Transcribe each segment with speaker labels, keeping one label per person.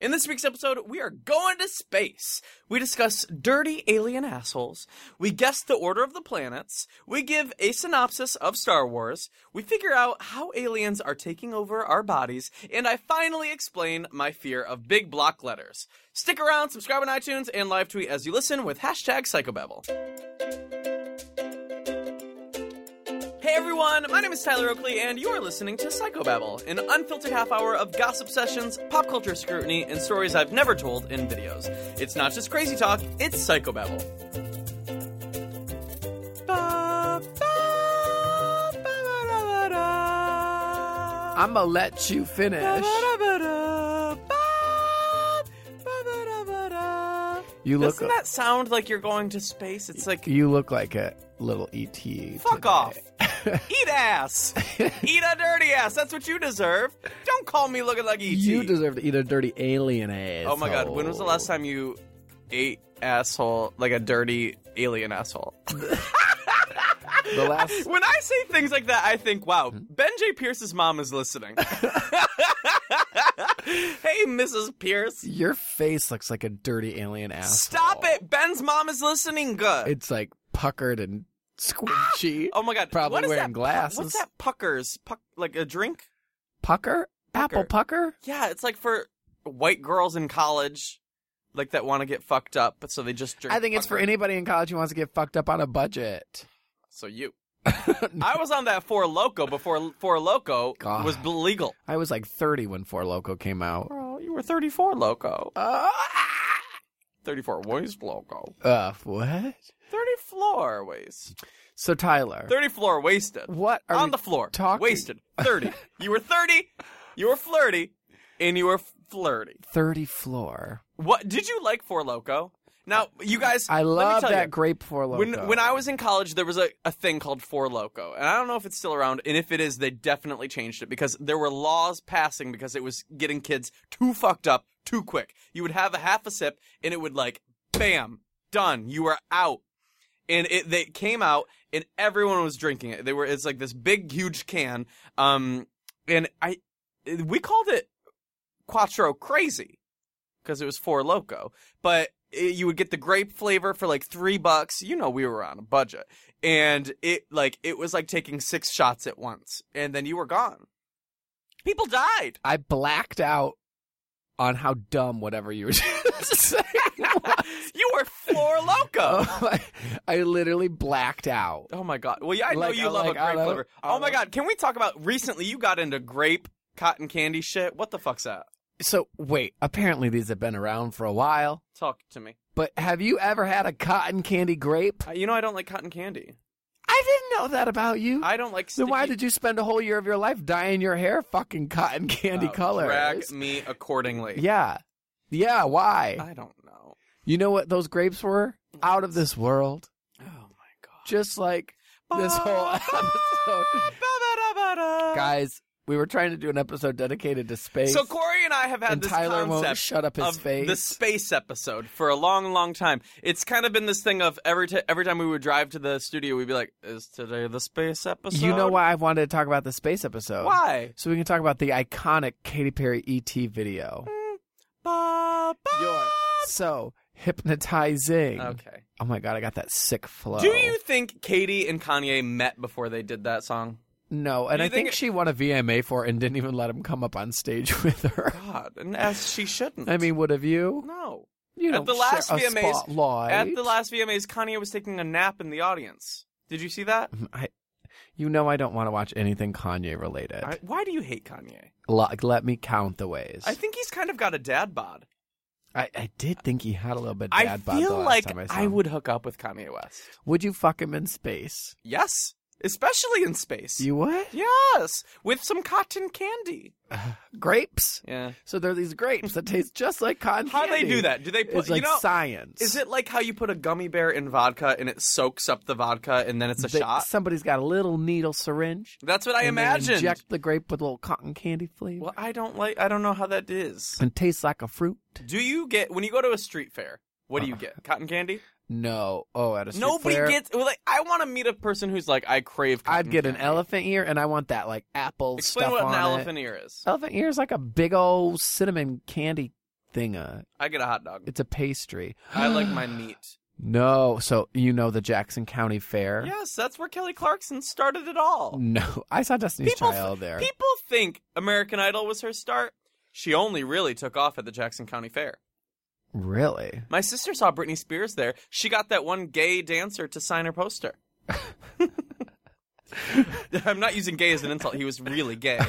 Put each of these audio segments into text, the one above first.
Speaker 1: In this week's episode, we are going to space. We discuss dirty alien assholes. We guess the order of the planets. We give a synopsis of Star Wars. We figure out how aliens are taking over our bodies. And I finally explain my fear of big block letters. Stick around, subscribe on iTunes, and live tweet as you listen with hashtag Psychobabble. Hey everyone, my name is Tyler Oakley, and you are listening to Psychobabble, an unfiltered half hour of gossip sessions, pop culture scrutiny, and stories I've never told in videos. It's not just crazy talk, it's Psychobabble. Ba, ba, ba, ba, da, ba, da.
Speaker 2: I'm gonna let you finish.
Speaker 1: Ba-ba-da-ba-da, ba, ba-ba-da-ba-da.
Speaker 2: You look.
Speaker 1: Doesn't that sound like you're going to space? It's like,
Speaker 2: you look like a little ET. today.
Speaker 1: fuck off. Eat ass. Eat a dirty ass. That's what you deserve. Don't call me looking like E.T.
Speaker 2: you deserve to eat a dirty alien
Speaker 1: E
Speaker 2: ass.
Speaker 1: oh my god, when was the last time you ate asshole like a dirty alien asshole?
Speaker 2: The last.
Speaker 1: When I say things like that, I think, wow,
Speaker 2: Hmm?
Speaker 1: Ben J. Pierce's mom is listening. hey, Mrs. Pierce.
Speaker 2: Your face looks like a dirty alien ass.
Speaker 1: Stop it. Ben's mom is listening. Good.
Speaker 2: It's like puckered and squinchy.
Speaker 1: oh my god.
Speaker 2: Probably
Speaker 1: what is
Speaker 2: wearing
Speaker 1: that?
Speaker 2: glasses.
Speaker 1: What's that puckers? Puck like a drink?
Speaker 2: Pucker? Apple pucker?
Speaker 1: Yeah, it's like for white girls in college, like that want to get fucked up, but so they just drink.
Speaker 2: I think it's for
Speaker 1: fucker.
Speaker 2: anybody in college who wants to get fucked up on a budget.
Speaker 1: So you. I was on that Four Loco before Four Loco
Speaker 2: God.
Speaker 1: was legal.
Speaker 2: I was like 30 when Four Loco came out.
Speaker 1: Girl, you were 34 Loco.
Speaker 2: Uh,
Speaker 1: Ah! 34 waist Loco.
Speaker 2: uh, what?
Speaker 1: 30 floor waist.
Speaker 2: So Tyler,
Speaker 1: 30 floor wasted.
Speaker 2: what are
Speaker 1: on
Speaker 2: we
Speaker 1: the floor.
Speaker 2: talking-
Speaker 1: Wasted. 30. you were 30, you were flirty, and you were flirty.
Speaker 2: 30 floor?
Speaker 1: What did you like Four Loco? Now, you guys,
Speaker 2: I
Speaker 1: let me
Speaker 2: love
Speaker 1: tell
Speaker 2: that
Speaker 1: you,
Speaker 2: grape Four Loco.
Speaker 1: When when I was in college, there was a, a thing called Four Loco, and I don't know if it's still around. And if it is, they definitely changed it because there were laws passing because it was getting kids too fucked up too quick. You would have a half a sip, and it would like, bam, done. You were out. And it they came out, and everyone was drinking it. They were it's like this big huge can. Um, and I we called it Quattro Crazy because it was four loco. But it, you would get the grape flavor for like three bucks. You know, we were on a budget, and it like it was like taking six shots at once, and then you were gone. People died.
Speaker 2: I blacked out on how dumb whatever you were just saying.
Speaker 1: you were four loco.
Speaker 2: Oh, I, I literally blacked out.
Speaker 1: Oh my god. Well, yeah, I
Speaker 2: Like,
Speaker 1: know you
Speaker 2: I
Speaker 1: love
Speaker 2: like-
Speaker 1: a
Speaker 2: I
Speaker 1: grape
Speaker 2: love-
Speaker 1: flavor.
Speaker 2: I
Speaker 1: oh my
Speaker 2: love-
Speaker 1: god, can we talk about recently you got into grape cotton candy shit? What the fuck's that?
Speaker 2: So wait, apparently these have been around for a while.
Speaker 1: Talk to me.
Speaker 2: But have you ever had a cotton candy grape?
Speaker 1: Uh, you know I don't like cotton candy.
Speaker 2: I didn't know that about you.
Speaker 1: I don't like
Speaker 2: so
Speaker 1: sticky
Speaker 2: why did you spend a whole year of your life dyeing your hair fucking cotton candy
Speaker 1: Oh,
Speaker 2: colors?
Speaker 1: Drag me accordingly.
Speaker 2: Yeah. Yeah, why?
Speaker 1: I don't know.
Speaker 2: you know what those grapes were? Out of this world.
Speaker 1: Oh my god.
Speaker 2: Just like this whole episode. Guys, we were trying to do an episode dedicated to space.
Speaker 1: So Corey and I have had
Speaker 2: and
Speaker 1: this
Speaker 2: Tyler won't
Speaker 1: concept
Speaker 2: shut up his
Speaker 1: of
Speaker 2: face.
Speaker 1: the space episode for a long, long time. It's kind of been this thing of every t- every time we would drive to the studio, we'd be like, "Is today the space episode?"
Speaker 2: you know why I wanted to talk about the space episode?
Speaker 1: Why?
Speaker 2: So we can talk about the iconic Katy Perry ET video.
Speaker 1: Ba, ba.
Speaker 2: You're so hypnotizing.
Speaker 1: Okay.
Speaker 2: Oh my god, I got that sick flow.
Speaker 1: Do you think Katie and Kanye met before they did that song?
Speaker 2: No, and
Speaker 1: Do you
Speaker 2: I think
Speaker 1: think-
Speaker 2: she won a VMA for it and didn't even let him come up on stage with her.
Speaker 1: God, and as she shouldn't.
Speaker 2: I mean, would have you?
Speaker 1: no.
Speaker 2: You
Speaker 1: At
Speaker 2: don't
Speaker 1: the last
Speaker 2: share a
Speaker 1: VMAs
Speaker 2: spotlight.
Speaker 1: At the last VMAs, Kanye was taking a nap in the audience. Did you see that?
Speaker 2: I, you know, I don't want to watch anything Kanye related.
Speaker 1: I- why do you hate Kanye?
Speaker 2: Lo- let me count the ways.
Speaker 1: I think he's kind of got a dad bod.
Speaker 2: I, I did think he had a little bit.
Speaker 1: I
Speaker 2: dad bod the
Speaker 1: feel
Speaker 2: last
Speaker 1: like
Speaker 2: time I, saw
Speaker 1: I
Speaker 2: him.
Speaker 1: would hook up with Kanye West.
Speaker 2: Would you fuck him in space?
Speaker 1: Yes, especially in space.
Speaker 2: You would?
Speaker 1: Yes, with some cotton candy.
Speaker 2: Grapes.
Speaker 1: Yeah.
Speaker 2: So there are these grapes that taste just like cotton
Speaker 1: How do they
Speaker 2: candy.
Speaker 1: do that? Do they put
Speaker 2: It's
Speaker 1: you
Speaker 2: like
Speaker 1: know?
Speaker 2: science.
Speaker 1: Is it like how you put a gummy bear in vodka and it soaks up the vodka and then it's a
Speaker 2: They-
Speaker 1: shot?
Speaker 2: Somebody's got a little needle syringe.
Speaker 1: That's what I
Speaker 2: and they
Speaker 1: imagined.
Speaker 2: Inject the grape with a little cotton candy flavor.
Speaker 1: Well, I don't like. I don't know how that is.
Speaker 2: And tastes like a fruit.
Speaker 1: Do you get when you go to a street fair? What do you get? Cotton candy?
Speaker 2: No. Oh, at a street
Speaker 1: Nobody
Speaker 2: fair,
Speaker 1: gets. Well, like, I want to meet a person who's like, I crave. Cotton
Speaker 2: I'd get an
Speaker 1: candy.
Speaker 2: elephant ear, and I want that like apple
Speaker 1: Explain
Speaker 2: stuff
Speaker 1: what
Speaker 2: on
Speaker 1: an
Speaker 2: it.
Speaker 1: elephant ear is.
Speaker 2: Elephant ear is like a big old cinnamon candy thing on it.
Speaker 1: I get a hot dog.
Speaker 2: It's a pastry.
Speaker 1: I like my meat.
Speaker 2: No, so you know the Jackson County Fair? Mm,
Speaker 1: Yes, that's where Kelly Clarkson started it all.
Speaker 2: No, I saw Destiny's
Speaker 1: People-
Speaker 2: Child there.
Speaker 1: People think American Idol was her start. She only really took off at the Jackson County Fair.
Speaker 2: really?
Speaker 1: My sister saw Britney Spears there. She got that one gay dancer to sign her poster. I'm not using gay as an insult. He was really gay.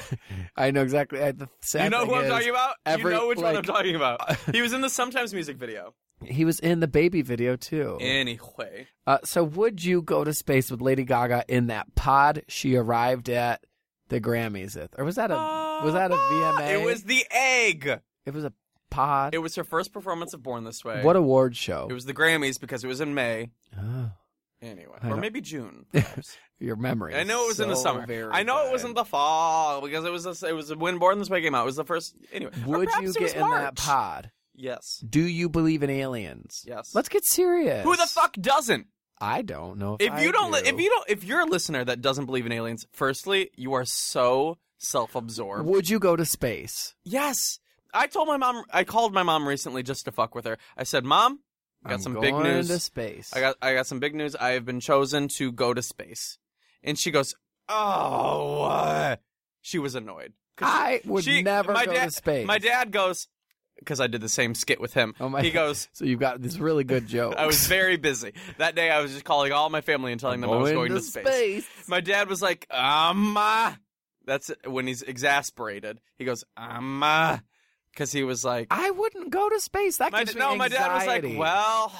Speaker 2: I know exactly. I, the sad
Speaker 1: You know
Speaker 2: thing
Speaker 1: who I'm
Speaker 2: is,
Speaker 1: talking about?
Speaker 2: every-
Speaker 1: you know which one I'm
Speaker 2: like-
Speaker 1: talking about. He was in the Sometimes music video.
Speaker 2: He was in the baby video too.
Speaker 1: Anyway,
Speaker 2: Uh, so, would you go to space with Lady Gaga in that pod she arrived at the Grammys with, or was that a
Speaker 1: Uh,
Speaker 2: was that a VMA?
Speaker 1: Ah, It was the egg.
Speaker 2: It was a pod.
Speaker 1: It was her first performance of Born This Way.
Speaker 2: what award show?
Speaker 1: It was the Grammys because it was in May.
Speaker 2: oh,
Speaker 1: Anyway,
Speaker 2: I
Speaker 1: or
Speaker 2: don't-
Speaker 1: maybe June. perhaps.
Speaker 2: your memory.
Speaker 1: I know it was in the
Speaker 2: so
Speaker 1: summer.
Speaker 2: very
Speaker 1: I know it
Speaker 2: bad.
Speaker 1: wasn't the fall because it was a, it was when Born This Way came out. It was the first anyway. or
Speaker 2: Would
Speaker 1: perhaps
Speaker 2: you
Speaker 1: it was
Speaker 2: get in that
Speaker 1: March.
Speaker 2: pod?
Speaker 1: Yes.
Speaker 2: Do you believe in aliens?
Speaker 1: Yes.
Speaker 2: Let's get serious.
Speaker 1: Who the fuck doesn't?
Speaker 2: I don't know. If,
Speaker 1: If
Speaker 2: I
Speaker 1: you don't,
Speaker 2: do.
Speaker 1: li- if you don't, if you're a listener that doesn't believe in aliens, firstly, you are so self-absorbed.
Speaker 2: would you go to space?
Speaker 1: Yes. I told my mom. I called my mom recently just to fuck with her. I said, "Mom, I got
Speaker 2: I'm
Speaker 1: some
Speaker 2: going
Speaker 1: big news.
Speaker 2: to space.
Speaker 1: I got I got some big news. I have been chosen to go to space." And she goes, "Oh, what?" She was annoyed. 'Cause
Speaker 2: I would
Speaker 1: she-
Speaker 2: never
Speaker 1: my
Speaker 2: go
Speaker 1: dad-
Speaker 2: to space.
Speaker 1: My dad goes because I did the same skit with him.
Speaker 2: Oh my-
Speaker 1: He goes,
Speaker 2: So you've got this really good joke.
Speaker 1: I was very busy that day. I was just calling all my family and telling them I was going to space. My dad was like, um, uh," that's it. when he's exasperated. He goes, um, because he was like,
Speaker 2: I wouldn't go to space. That
Speaker 1: my,
Speaker 2: gives me
Speaker 1: no, my dad was like,
Speaker 2: anxiety.
Speaker 1: well,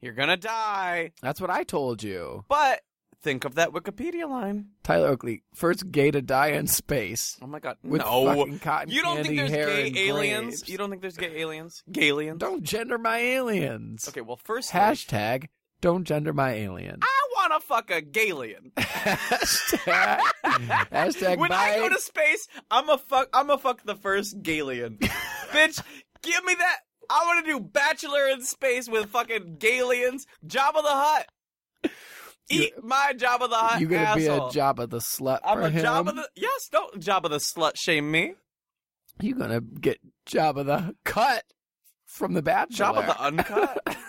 Speaker 1: you're gonna die,
Speaker 2: that's what I told you,
Speaker 1: but think of that Wikipedia line.
Speaker 2: Tyler Oakley, first gay to die in space
Speaker 1: Oh my god,
Speaker 2: with
Speaker 1: no.
Speaker 2: fucking cotton
Speaker 1: You don't
Speaker 2: candy
Speaker 1: think there's
Speaker 2: hair
Speaker 1: gay
Speaker 2: and
Speaker 1: aliens?
Speaker 2: grapes.
Speaker 1: You don't think there's gay aliens? Gay aliens?
Speaker 2: Don't gender my aliens.
Speaker 1: Okay, well, first
Speaker 2: Hashtag don't gender my alien.
Speaker 1: I want to fuck a alien.
Speaker 2: hashtag hashtag
Speaker 1: when
Speaker 2: bye.
Speaker 1: I go to space, I'm a fuck. I'm a fuck the first Galian, bitch. Give me that. I want to do Bachelor in Space with fucking Galians. Job of the Hut. Eat my Job of the Hut.
Speaker 2: you gonna
Speaker 1: asshole.
Speaker 2: be a Jabba the slut
Speaker 1: I'm
Speaker 2: for
Speaker 1: a
Speaker 2: him.
Speaker 1: Job of the yes. Don't Job of the slut shame me.
Speaker 2: you gonna get Jabba the cut from the Bachelor.
Speaker 1: Job of the uncut.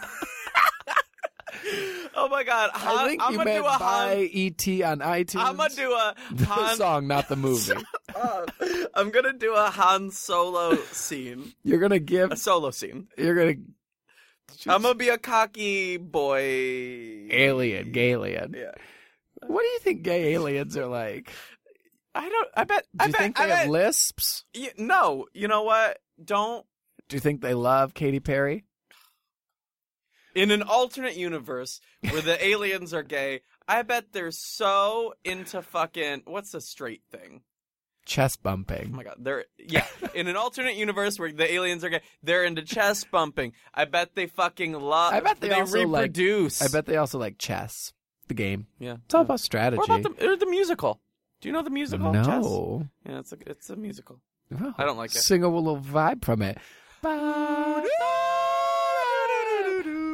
Speaker 1: oh my god!
Speaker 2: I
Speaker 1: Han,
Speaker 2: think
Speaker 1: I'm
Speaker 2: you
Speaker 1: gonna do
Speaker 2: meant
Speaker 1: a Han.
Speaker 2: buy ET on iTunes.
Speaker 1: I'm gonna do a
Speaker 2: the
Speaker 1: Han.
Speaker 2: song, not the movie.
Speaker 1: up. I'm gonna do a Han Solo scene,
Speaker 2: You're gonna
Speaker 1: a
Speaker 2: give.
Speaker 1: solo scene.
Speaker 2: You're gonna.
Speaker 1: I'm gonna be a cocky boy.
Speaker 2: alien, alien.
Speaker 1: Yeah.
Speaker 2: What do you think gay aliens are like?
Speaker 1: I don't. I bet.
Speaker 2: Do
Speaker 1: I
Speaker 2: you
Speaker 1: bet.
Speaker 2: think
Speaker 1: I
Speaker 2: they
Speaker 1: bet.
Speaker 2: have lisps?
Speaker 1: y- no. You know what? Don't.
Speaker 2: Do you think they love Katy Perry?
Speaker 1: In an alternate universe where the aliens are gay, I bet they're so into fucking what's a straight thing.
Speaker 2: Chest
Speaker 1: Oh
Speaker 2: bumping.
Speaker 1: my god, they're yeah. In an alternate universe where the aliens are gay, they're into chest bumping. I bet they fucking love.
Speaker 2: I bet they also like-
Speaker 1: reproduce.
Speaker 2: I bet they also like chess, the game.
Speaker 1: Yeah.
Speaker 2: It's all about strategy.
Speaker 1: Hmm. What about the, or the musical? Do you know the musical? Chess?
Speaker 2: no.
Speaker 1: Yeah, it's a it's a musical.
Speaker 2: No.
Speaker 1: I don't like it.
Speaker 2: Sing a little vibe from it.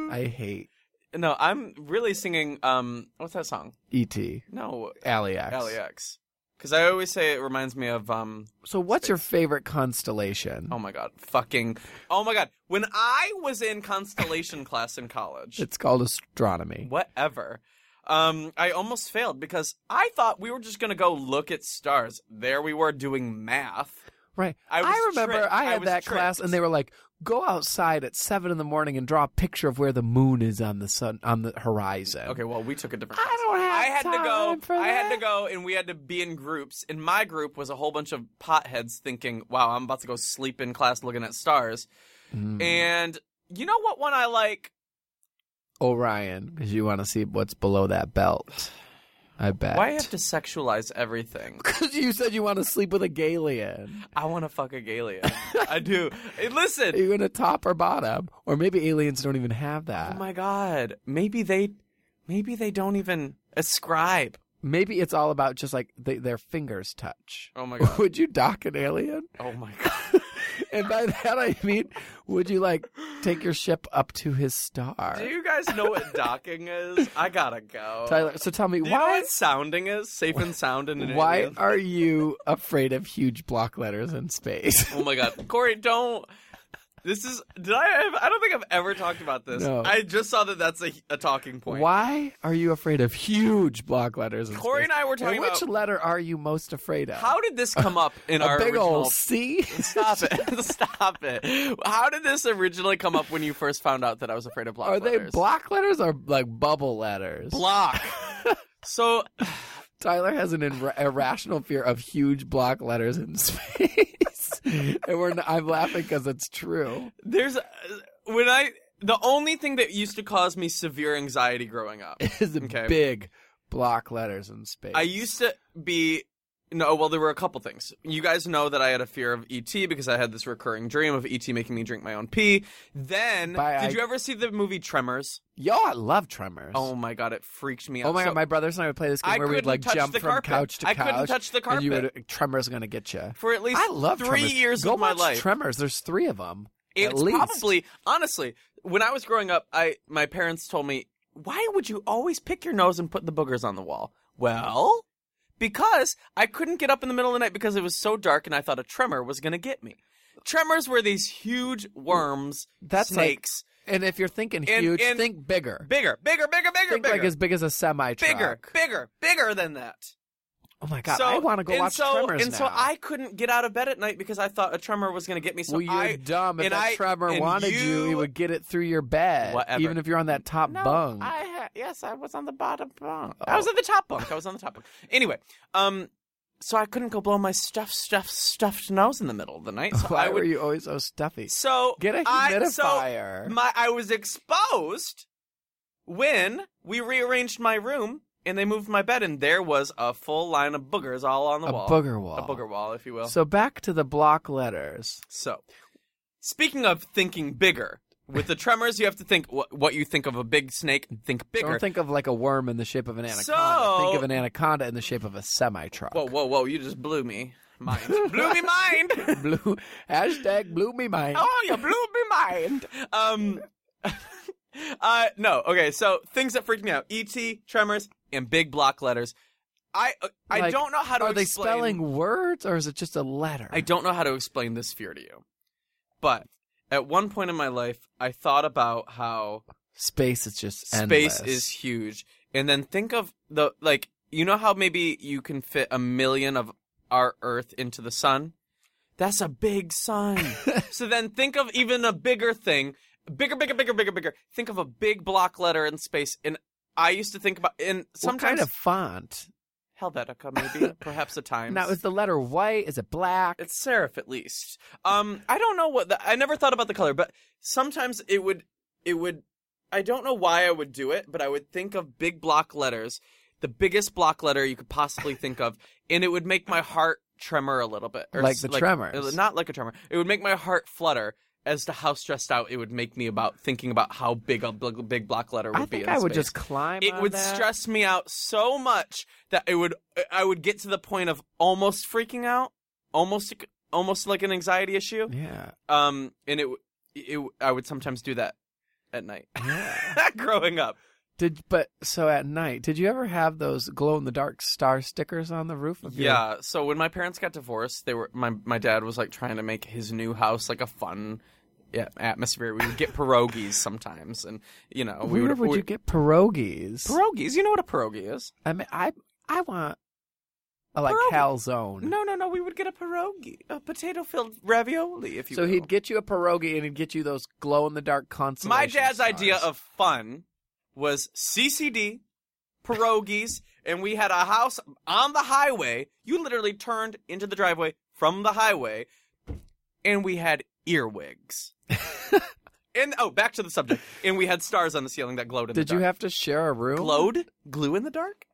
Speaker 2: I hate
Speaker 1: No, I'm really singing. Um, what's that song?
Speaker 2: E.T.
Speaker 1: No,
Speaker 2: Alley X.
Speaker 1: Alley X. Because I always say it reminds me of um.
Speaker 2: So, what's your favorite constellation?
Speaker 1: Oh my god, fucking. Oh my god, when I was in constellation class in college,
Speaker 2: It's called astronomy.
Speaker 1: whatever. Um, I almost failed because I thought we were just gonna go look at stars. There we were doing math.
Speaker 2: Right.
Speaker 1: I was
Speaker 2: remember
Speaker 1: tricked.
Speaker 2: I
Speaker 1: I
Speaker 2: had
Speaker 1: was
Speaker 2: that class,
Speaker 1: tricked.
Speaker 2: and they were like, "Go outside at seven in the morning and draw a picture of where the moon is on the sun on the horizon."
Speaker 1: Okay, well, we took a different.
Speaker 2: I
Speaker 1: class.
Speaker 2: don't have
Speaker 1: I had to
Speaker 2: time
Speaker 1: go.
Speaker 2: for
Speaker 1: I had
Speaker 2: that.
Speaker 1: to go, and we had to be in groups. And my group was a whole bunch of potheads thinking, "Wow, I'm about to go sleep in class looking at stars."
Speaker 2: Mm.
Speaker 1: And you know what one I like?
Speaker 2: Orion, because you want to see what's below that belt. I bet.
Speaker 1: Why you have to sexualize everything?
Speaker 2: Because you said you want to sleep with a Galian.
Speaker 1: I want to fuck a alien. I do. And listen.
Speaker 2: Are you going to top or bottom? Or maybe aliens don't even have
Speaker 1: Oh
Speaker 2: that.
Speaker 1: my god. Maybe they, maybe they don't even ascribe.
Speaker 2: maybe it's all about just like they, their fingers touch.
Speaker 1: Oh my god.
Speaker 2: Would you dock an alien?
Speaker 1: Oh my god.
Speaker 2: And by that I mean, would you like take your ship up to his star.
Speaker 1: Do you guys know what docking is? I gotta go.
Speaker 2: Tyler, so tell me
Speaker 1: Do you know
Speaker 2: why
Speaker 1: what sounding is? Safe and sound in an
Speaker 2: why
Speaker 1: alien?
Speaker 2: are you afraid of huge block letters in space?
Speaker 1: Oh my god, Corey, don't. This is. Did I? Have, I don't think I've ever talked about this.
Speaker 2: No.
Speaker 1: I just saw that that's a, a talking point.
Speaker 2: Why are you afraid of huge block letters in
Speaker 1: Corey
Speaker 2: space?
Speaker 1: and I were talking
Speaker 2: which
Speaker 1: about.
Speaker 2: letter are you most afraid of?
Speaker 1: How did this come up in
Speaker 2: a
Speaker 1: our
Speaker 2: big
Speaker 1: original?
Speaker 2: old C?
Speaker 1: Stop it! Stop it! How did this originally come up when you first found out that I was afraid of block
Speaker 2: Are they
Speaker 1: letters?
Speaker 2: block letters or like bubble letters?
Speaker 1: Block. so
Speaker 2: Tyler has an ir- irrational fear of huge block letters in space, and we're. Not, I'm laughing because it's true.
Speaker 1: there's when I the only thing that used to cause me severe anxiety growing up.
Speaker 2: Is
Speaker 1: Okay.
Speaker 2: big block letters in space.
Speaker 1: I used to be no, well, there were a couple things. You guys know that I had a fear of ET because I had this recurring dream of ET making me drink my own pee. Then,
Speaker 2: By
Speaker 1: did
Speaker 2: I-
Speaker 1: you ever see the movie Tremors?
Speaker 2: Yo, I love Tremors.
Speaker 1: Oh my god, it freaked me out.
Speaker 2: Oh my
Speaker 1: so
Speaker 2: god, my brothers and I would play this game
Speaker 1: I
Speaker 2: where we'd
Speaker 1: couldn't
Speaker 2: like
Speaker 1: touch
Speaker 2: jump
Speaker 1: the
Speaker 2: from
Speaker 1: carpet.
Speaker 2: couch to
Speaker 1: I
Speaker 2: couch.
Speaker 1: couldn't touch the
Speaker 2: And you
Speaker 1: carpet.
Speaker 2: would, Tremors gonna get you.
Speaker 1: for at least
Speaker 2: I love
Speaker 1: three
Speaker 2: Tremors.
Speaker 1: years
Speaker 2: Go
Speaker 1: of my
Speaker 2: watch
Speaker 1: life.
Speaker 2: Tremors. There's three of them.
Speaker 1: it's
Speaker 2: at least.
Speaker 1: probably honestly when I was growing up, I my parents told me, "Why would you always pick your nose and put the boogers on the wall?" Well, because I couldn't get up in the middle of the night because it was so dark, and I thought a tremor was going to get me. Tremors were these huge worms,
Speaker 2: That's like-
Speaker 1: snakes,
Speaker 2: And if you're thinking
Speaker 1: And-
Speaker 2: huge,
Speaker 1: and-
Speaker 2: think bigger.
Speaker 1: bigger, bigger, bigger, bigger,
Speaker 2: think
Speaker 1: bigger,
Speaker 2: like as big as a semi truck.
Speaker 1: bigger, bigger, bigger than that.
Speaker 2: Oh my god,
Speaker 1: so,
Speaker 2: I want to go
Speaker 1: and
Speaker 2: watch
Speaker 1: so,
Speaker 2: Tremors
Speaker 1: And
Speaker 2: now.
Speaker 1: so I couldn't get out of bed at night because I thought a tremor was going to get me. So
Speaker 2: well, you're
Speaker 1: I
Speaker 2: dumb. If
Speaker 1: and
Speaker 2: that
Speaker 1: I-
Speaker 2: Tremor
Speaker 1: and
Speaker 2: wanted you,
Speaker 1: you-
Speaker 2: he would get it through your bed,
Speaker 1: Whatever.
Speaker 2: even if you're on that top
Speaker 1: No,
Speaker 2: bung.
Speaker 1: I ha- yes, I was on the bottom bunk.
Speaker 2: Oh.
Speaker 1: I was on the top bunk. I was on the top bunk. Anyway, um, so I couldn't go blow my stuffed, stuffed, stuffed nose in the middle of the night. So
Speaker 2: Why
Speaker 1: I would.
Speaker 2: were you always so stuffy?
Speaker 1: So
Speaker 2: Get a
Speaker 1: I, so
Speaker 2: humidifier.
Speaker 1: my I was exposed when we rearranged my room and they moved my bed, and there was a full line of boogers all on the
Speaker 2: a
Speaker 1: wall,
Speaker 2: booger wall.
Speaker 1: a booger wall, if you will.
Speaker 2: So back to the block letters.
Speaker 1: So, speaking of thinking bigger. With the tremors, you have to think wh- what you think of a big snake. and Think bigger.
Speaker 2: Don't think of like a worm in the shape of an anaconda.
Speaker 1: So-
Speaker 2: think of an anaconda in the shape of a semi truck.
Speaker 1: Whoa, whoa, whoa! You just blew me mind. blew me mind.
Speaker 2: Blue hashtag blew me mind.
Speaker 1: Oh, you blew me mind. Um. uh no. Okay. So things that freaked me out: E.T., Tremors, and big block letters. I uh, I
Speaker 2: Like,
Speaker 1: don't know how to.
Speaker 2: Are they
Speaker 1: explain-
Speaker 2: spelling words or is it just a letter?
Speaker 1: I don't know how to explain this fear to you, but at one point in my life, I thought about how
Speaker 2: Space is just
Speaker 1: space
Speaker 2: endless.
Speaker 1: is huge, and then think of the like you know how maybe you can fit a million of our Earth into the sun. That's a big sun. So then think of even a bigger thing, bigger, bigger, bigger, bigger, bigger. Think of a big block letter in space. And I used to think about, and
Speaker 2: What
Speaker 1: sometimes
Speaker 2: kind of font?
Speaker 1: Helvetica, maybe, perhaps a times.
Speaker 2: Now is the letter white? Is it black?
Speaker 1: it's serif at least. Um, I don't know what the, I never thought about the color, but sometimes it would, it would. I don't know why I would do it, but I would think of big block letters, the biggest block letter you could possibly think of, and it would make my heart tremor a little bit,
Speaker 2: Like
Speaker 1: s-
Speaker 2: the tremors.
Speaker 1: not like a tremor. It would make my heart flutter as to how stressed out it would make me about thinking about how big a bl- big block letter would
Speaker 2: I
Speaker 1: be.
Speaker 2: think
Speaker 1: in
Speaker 2: I would
Speaker 1: space.
Speaker 2: just climb.
Speaker 1: It
Speaker 2: on
Speaker 1: would
Speaker 2: that.
Speaker 1: stress me out so much that it would I would get to the point of almost freaking out, almost almost like an anxiety issue.
Speaker 2: Yeah.
Speaker 1: Um, and it it I would sometimes do that at night
Speaker 2: yeah.
Speaker 1: growing up.
Speaker 2: Did but so at night? Did you ever have those glow in the dark star stickers on the roof of your?
Speaker 1: Yeah. So when my parents got divorced, they were my my dad was like trying to make his new house like a fun. Yeah, atmosphere. We would get pierogies sometimes, and you know we
Speaker 2: Where would,
Speaker 1: we-
Speaker 2: you get pierogies?
Speaker 1: pierogies. You know what a pierogi is?
Speaker 2: I mean, I I want a like
Speaker 1: Pierogi.
Speaker 2: calzone.
Speaker 1: No, no, no. We would get a pierogi, a potato-filled ravioli, if you.
Speaker 2: So
Speaker 1: will.
Speaker 2: he'd get you a pierogi and he'd get you those glow in the dark constellations.
Speaker 1: My dad's idea of fun was CCD, pierogies, and we had a house on the highway. You literally turned into the driveway from the highway, and we had earwigs. and oh, back to the subject. And we had stars on the ceiling that glowed in
Speaker 2: Did
Speaker 1: the
Speaker 2: you
Speaker 1: dark.
Speaker 2: have to share a room?
Speaker 1: glowed glue in the dark?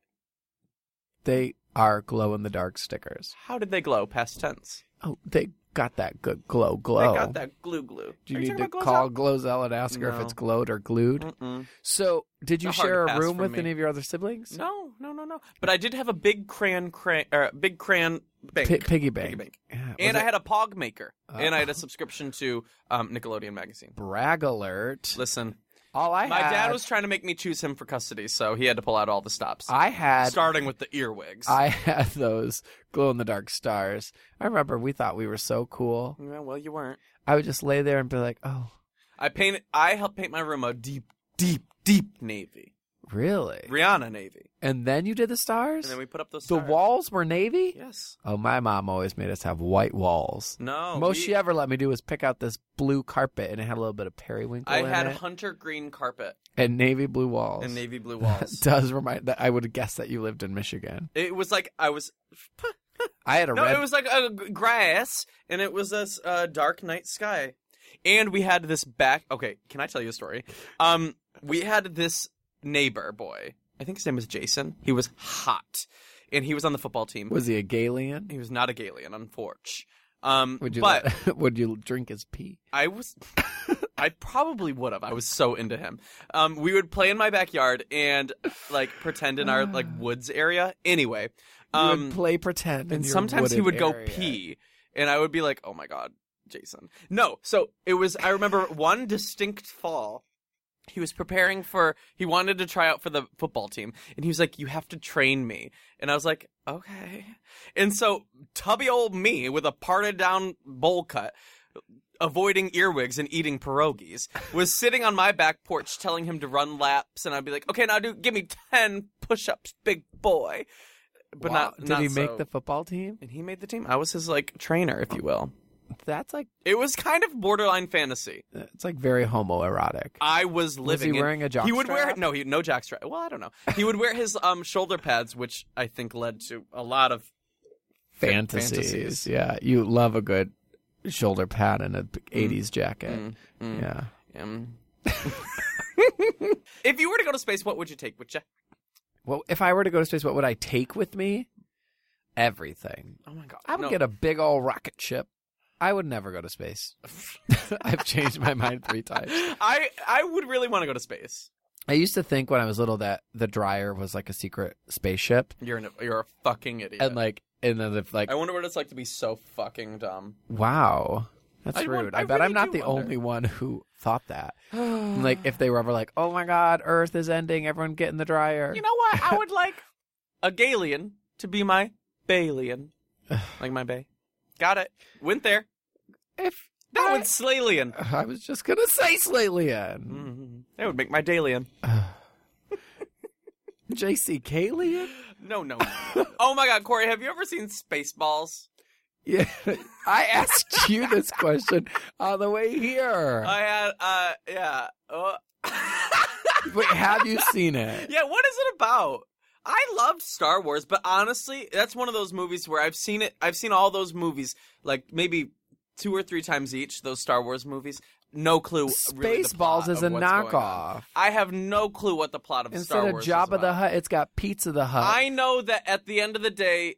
Speaker 2: They are glow in the dark stickers.
Speaker 1: How did they glow? Past tense.
Speaker 2: Oh, they got that good glow glow.
Speaker 1: They got that glue glue.
Speaker 2: Do
Speaker 1: Are you
Speaker 2: you need to
Speaker 1: talking about
Speaker 2: call Glozell and ask her if
Speaker 1: No.
Speaker 2: it's glowed or glued?
Speaker 1: glow Mm-mm.
Speaker 2: So, did you
Speaker 1: It's a hard
Speaker 2: share a
Speaker 1: pass
Speaker 2: room
Speaker 1: for
Speaker 2: with
Speaker 1: me.
Speaker 2: any of your other siblings?
Speaker 1: No, no, no, no. But I did have a big crayon, crayon, uh, big crayon bank.
Speaker 2: Pi- piggy bank.
Speaker 1: Piggy bank.
Speaker 2: Yeah, was
Speaker 1: And I
Speaker 2: it
Speaker 1: had a Pog Maker, and I had a
Speaker 2: Oh.
Speaker 1: subscription to um, Nickelodeon magazine.
Speaker 2: brag alert.
Speaker 1: Listen,
Speaker 2: All I
Speaker 1: my
Speaker 2: had,
Speaker 1: dad was trying to make me choose him for custody, so he had to pull out all the stops,
Speaker 2: I had
Speaker 1: starting with the earwigs.
Speaker 2: I had those glow in the dark stars. I remember we thought we were so cool.
Speaker 1: Yeah, well, you weren't.
Speaker 2: I would just lay there and be like, "Oh,
Speaker 1: I painted. I helped paint my room a deep, deep, deep navy,
Speaker 2: really?"
Speaker 1: Rihanna navy,
Speaker 2: And then you did the
Speaker 1: and
Speaker 2: stars.
Speaker 1: then we put up those.
Speaker 2: the
Speaker 1: stars.
Speaker 2: walls were navy.
Speaker 1: Yes.
Speaker 2: Oh, my mom always made us have white walls.
Speaker 1: No.
Speaker 2: Most
Speaker 1: we-
Speaker 2: she ever let me do was pick out this blue carpet, and it had a little bit of periwinkle
Speaker 1: I
Speaker 2: in
Speaker 1: had
Speaker 2: it,
Speaker 1: hunter green carpet
Speaker 2: and navy blue walls.
Speaker 1: and navy blue
Speaker 2: That
Speaker 1: walls.
Speaker 2: does remind that I would guess that you lived in Michigan.
Speaker 1: it was like I was.
Speaker 2: I had a
Speaker 1: No,
Speaker 2: red.
Speaker 1: it was like a g- grass, and it was this uh, dark night sky, and we had this back. Okay, can I tell you a story? Um, we had this neighbor boy. I think his name was Jason. He was hot, and he was on the football team.
Speaker 2: was he a Galian?
Speaker 1: He was not a Galian, unfortunately. Um,
Speaker 2: Would you
Speaker 1: but
Speaker 2: let- would you drink his pee?
Speaker 1: I was, I probably would have. I was so into him. Um, we would play in my backyard and like pretend in our like woods area. Anyway,
Speaker 2: you
Speaker 1: um,
Speaker 2: would play pretend,
Speaker 1: and
Speaker 2: in your
Speaker 1: sometimes he
Speaker 2: wooded
Speaker 1: would go
Speaker 2: area.
Speaker 1: pee, and I would be like, "Oh my god, Jason!" No, so it was. I remember one distinct fall. He was preparing for. He wanted to try out for the football team, and he was like, "You have to train me," and I was like, "Okay." And so tubby old me with a parted down bowl cut. Avoiding earwigs and eating pierogies was sitting on my back porch telling him to run laps, and I'd be like, "Okay, now do give me ten push-ups, big boy." But
Speaker 2: Wow.
Speaker 1: not
Speaker 2: Did
Speaker 1: not
Speaker 2: he make
Speaker 1: so-
Speaker 2: the football team?
Speaker 1: and he made the team. I was his like trainer, if you will.
Speaker 2: That's like
Speaker 1: It was kind of borderline fantasy.
Speaker 2: it's like very homoerotic.
Speaker 1: I was
Speaker 2: Was
Speaker 1: living.
Speaker 2: he
Speaker 1: in-
Speaker 2: wearing a jockstrap?
Speaker 1: He would wear no, he no jockstrap. Well, I don't know. He would wear his um shoulder pads, which I think led to a lot of
Speaker 2: fantasies.
Speaker 1: fantasies.
Speaker 2: Yeah, you love a good shoulder pad and a '80s jacket.
Speaker 1: Mm, mm,
Speaker 2: Yeah,
Speaker 1: um. if you were to go to space, what would you take? Would you?
Speaker 2: Well, if I were to go to space, what would I take with me? Everything.
Speaker 1: Oh my god!
Speaker 2: I would
Speaker 1: no.
Speaker 2: get a big old rocket ship. I would never go to space. I've changed my mind three times.
Speaker 1: I I would really want to go to space.
Speaker 2: I used to think when I was little that the dryer was like a secret spaceship,
Speaker 1: You're an, you're a fucking idiot.
Speaker 2: and like, and then if like,
Speaker 1: I wonder what it's like to be so fucking dumb.
Speaker 2: wow, that's
Speaker 1: I
Speaker 2: rude.
Speaker 1: won-
Speaker 2: I,
Speaker 1: I
Speaker 2: bet I'm
Speaker 1: really
Speaker 2: not
Speaker 1: do
Speaker 2: the
Speaker 1: wonder.
Speaker 2: only one who thought that. And, like, if they were ever like, oh my god, Earth is ending, everyone get in the dryer.
Speaker 1: You know what? I would like a Galian to be my Balian. like my Bay. Got it. Went there.
Speaker 2: if
Speaker 1: That
Speaker 2: I-
Speaker 1: one's Slalian.
Speaker 2: I was just gonna say Slaylian,
Speaker 1: Mm, That would make my Dalian.
Speaker 2: JC Kalian.
Speaker 1: No, no. no. oh my god, Corey, have you ever seen Spaceballs?
Speaker 2: Yeah, I asked you this question on the way here.
Speaker 1: I had, uh, yeah. Uh,
Speaker 2: Wait, have you seen it?
Speaker 1: yeah, what is it about? I loved Star Wars, but honestly, that's one of those movies where I've seen it. I've seen all those movies, like maybe two or three times each. Those Star Wars movies, no clue. really the
Speaker 2: Spaceballs
Speaker 1: plot
Speaker 2: is
Speaker 1: of
Speaker 2: a
Speaker 1: what's going on.
Speaker 2: knockoff.
Speaker 1: I have no clue what the plot of Star
Speaker 2: Instead of
Speaker 1: Wars is
Speaker 2: Jabba
Speaker 1: about.
Speaker 2: the Hutt, it's got Pizza the Hut.
Speaker 1: I know that at the end of the day,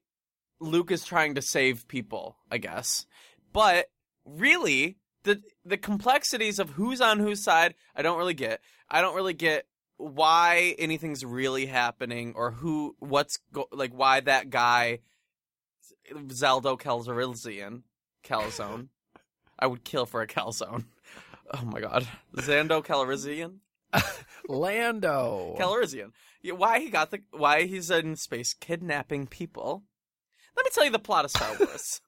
Speaker 1: Luke is trying to save people, I guess. But really, the the complexities of who's on whose side, I don't really get. I don't really get why anything's really happening or who what's go- like why that guy Zaldo Calrissian calzone. I would kill for a calzone. Oh my god. Zando Calrissian?
Speaker 2: Lando.
Speaker 1: Calrissian. Yeah, Why he got the why he's in space kidnapping people? Let me tell you the plot of Star Wars.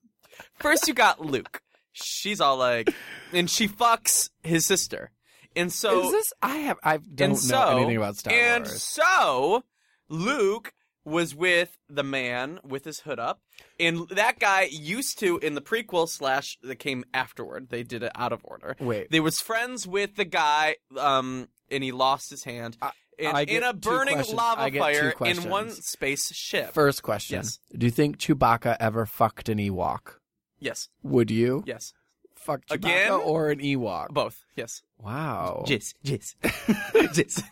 Speaker 1: First, you got Luke. She's all like, and she fucks his sister, and so
Speaker 2: is this? I have. I don't know
Speaker 1: and so
Speaker 2: anything about Star
Speaker 1: and
Speaker 2: Wars.
Speaker 1: so Luke was with the man with his hood up, and that guy used to in the prequel slash that came afterward. They did it out of order.
Speaker 2: Wait,
Speaker 1: They was friends with the guy, um, and he lost his hand.
Speaker 2: I-
Speaker 1: and
Speaker 2: I
Speaker 1: in
Speaker 2: get
Speaker 1: a
Speaker 2: two
Speaker 1: burning
Speaker 2: questions. I
Speaker 1: lava
Speaker 2: get two
Speaker 1: fire
Speaker 2: questions.
Speaker 1: in one spaceship.
Speaker 2: first question.
Speaker 1: Yes.
Speaker 2: Do you think Chewbacca ever fucked an Ewok?
Speaker 1: yes,
Speaker 2: Would you
Speaker 1: yes,
Speaker 2: fuck Chewbacca
Speaker 1: Again?
Speaker 2: or an Ewok?
Speaker 1: both. Yes,
Speaker 2: Wow.
Speaker 1: jizz, jizz, jizz.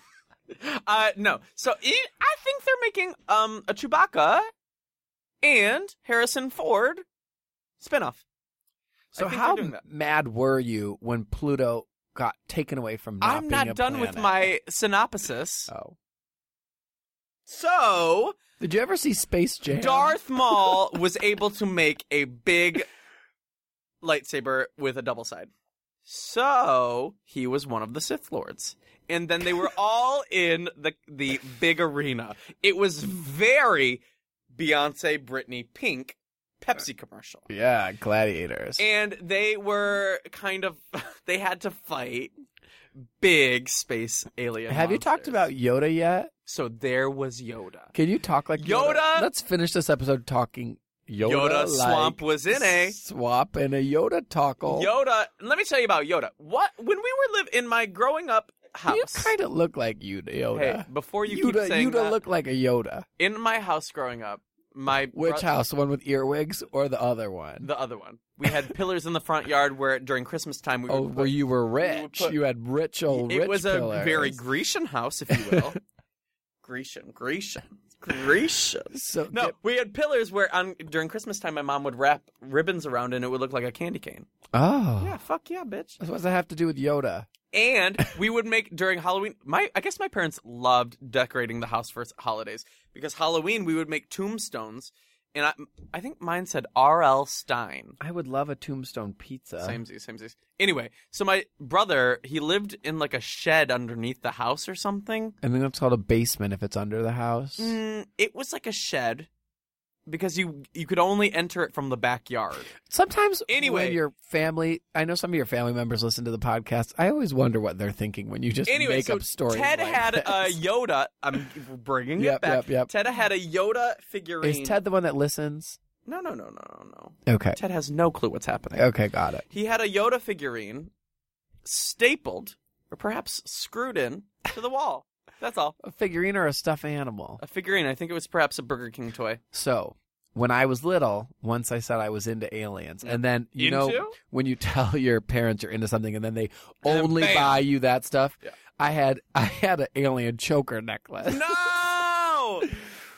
Speaker 1: Uh, no. So e- I think they're making um a Chewbacca and Harrison Ford spinoff.
Speaker 2: So
Speaker 1: I think
Speaker 2: how
Speaker 1: they're doing that.
Speaker 2: mad were you when Pluto got taken away from? Not
Speaker 1: I'm
Speaker 2: being a Uh,
Speaker 1: not done with
Speaker 2: planet?
Speaker 1: my synopsis.
Speaker 2: Oh,
Speaker 1: So
Speaker 2: Did you ever see Space Jam?
Speaker 1: Darth Maul was able to make a big lightsaber with a double side. So he was one of the Sith Lords. And then they were all in the the big arena. It was very Beyonce Britney Pink Pepsi commercial.
Speaker 2: Yeah, gladiators.
Speaker 1: And they were kind of they had to fight big space alien.
Speaker 2: Have you talked
Speaker 1: monsters.
Speaker 2: about Yoda yet?
Speaker 1: So there was Yoda.
Speaker 2: Can you talk like Yoda?
Speaker 1: Yoda?
Speaker 2: Let's finish this episode talking Yoda.
Speaker 1: Yoda
Speaker 2: like
Speaker 1: Swamp was in a
Speaker 2: swap and a Yoda tackle.
Speaker 1: Yoda. Let me tell you about Yoda. What when we were live in my growing up house.
Speaker 2: You kind of look like you, Yoda.
Speaker 1: Hey, before you
Speaker 2: Yoda,
Speaker 1: keep saying
Speaker 2: Yoda
Speaker 1: that,
Speaker 2: look like a Yoda.
Speaker 1: in my house growing up, my
Speaker 2: Which
Speaker 1: bro-
Speaker 2: house? One with earwigs or the other one?
Speaker 1: the other one. We had pillars in the front yard where during Christmas time we
Speaker 2: oh,
Speaker 1: would
Speaker 2: where you were rich.
Speaker 1: put-
Speaker 2: you had rich old
Speaker 1: it
Speaker 2: rich
Speaker 1: was a
Speaker 2: pillars.
Speaker 1: very Grecian house, if you will. Grecian, Grecian, Grecian.
Speaker 2: so
Speaker 1: No,
Speaker 2: get-
Speaker 1: we had pillars where on during Christmas time my mom would wrap ribbons around and it would look like a candy cane.
Speaker 2: oh.
Speaker 1: Yeah, fuck yeah, bitch.
Speaker 2: What does that have to do with Yoda?
Speaker 1: And we would make during Halloween. My I guess my parents loved decorating the house for its holidays because Halloween we would make tombstones, and I I think mine said R.L. Stein.
Speaker 2: I would love a tombstone pizza.
Speaker 1: Same Samesies, samesies. Anyway, so my brother he lived in like a shed underneath the house or something.
Speaker 2: I think that's called a basement if it's under the house.
Speaker 1: Mm, it was like a shed because you you could only enter it from the backyard.
Speaker 2: Sometimes,
Speaker 1: Anyway.
Speaker 2: when your family, I know some of your family members listen to the podcast. I always wonder what they're thinking when you just
Speaker 1: anyway,
Speaker 2: make
Speaker 1: so
Speaker 2: up stories.
Speaker 1: Ted
Speaker 2: like
Speaker 1: had a
Speaker 2: this.
Speaker 1: Yoda. I'm bringing
Speaker 2: Yep,
Speaker 1: it back.
Speaker 2: yep, yep.
Speaker 1: Ted had a Yoda figurine.
Speaker 2: Is Ted the one that listens?
Speaker 1: No, no, no, no, no, no.
Speaker 2: Okay.
Speaker 1: Ted has no clue what's happening.
Speaker 2: Okay, got it.
Speaker 1: He had a Yoda figurine stapled or perhaps screwed in to the wall. That's all.
Speaker 2: A figurine or a stuffed animal.
Speaker 1: A figurine. I think it was perhaps a Burger King toy.
Speaker 2: So, when I was little, once I said I was into aliens, and then you know
Speaker 1: Into?
Speaker 2: when you tell your parents you're into something, and then they
Speaker 1: And
Speaker 2: only
Speaker 1: bam.
Speaker 2: buy you that stuff.
Speaker 1: Yeah.
Speaker 2: I had I had an alien choker necklace.
Speaker 1: No!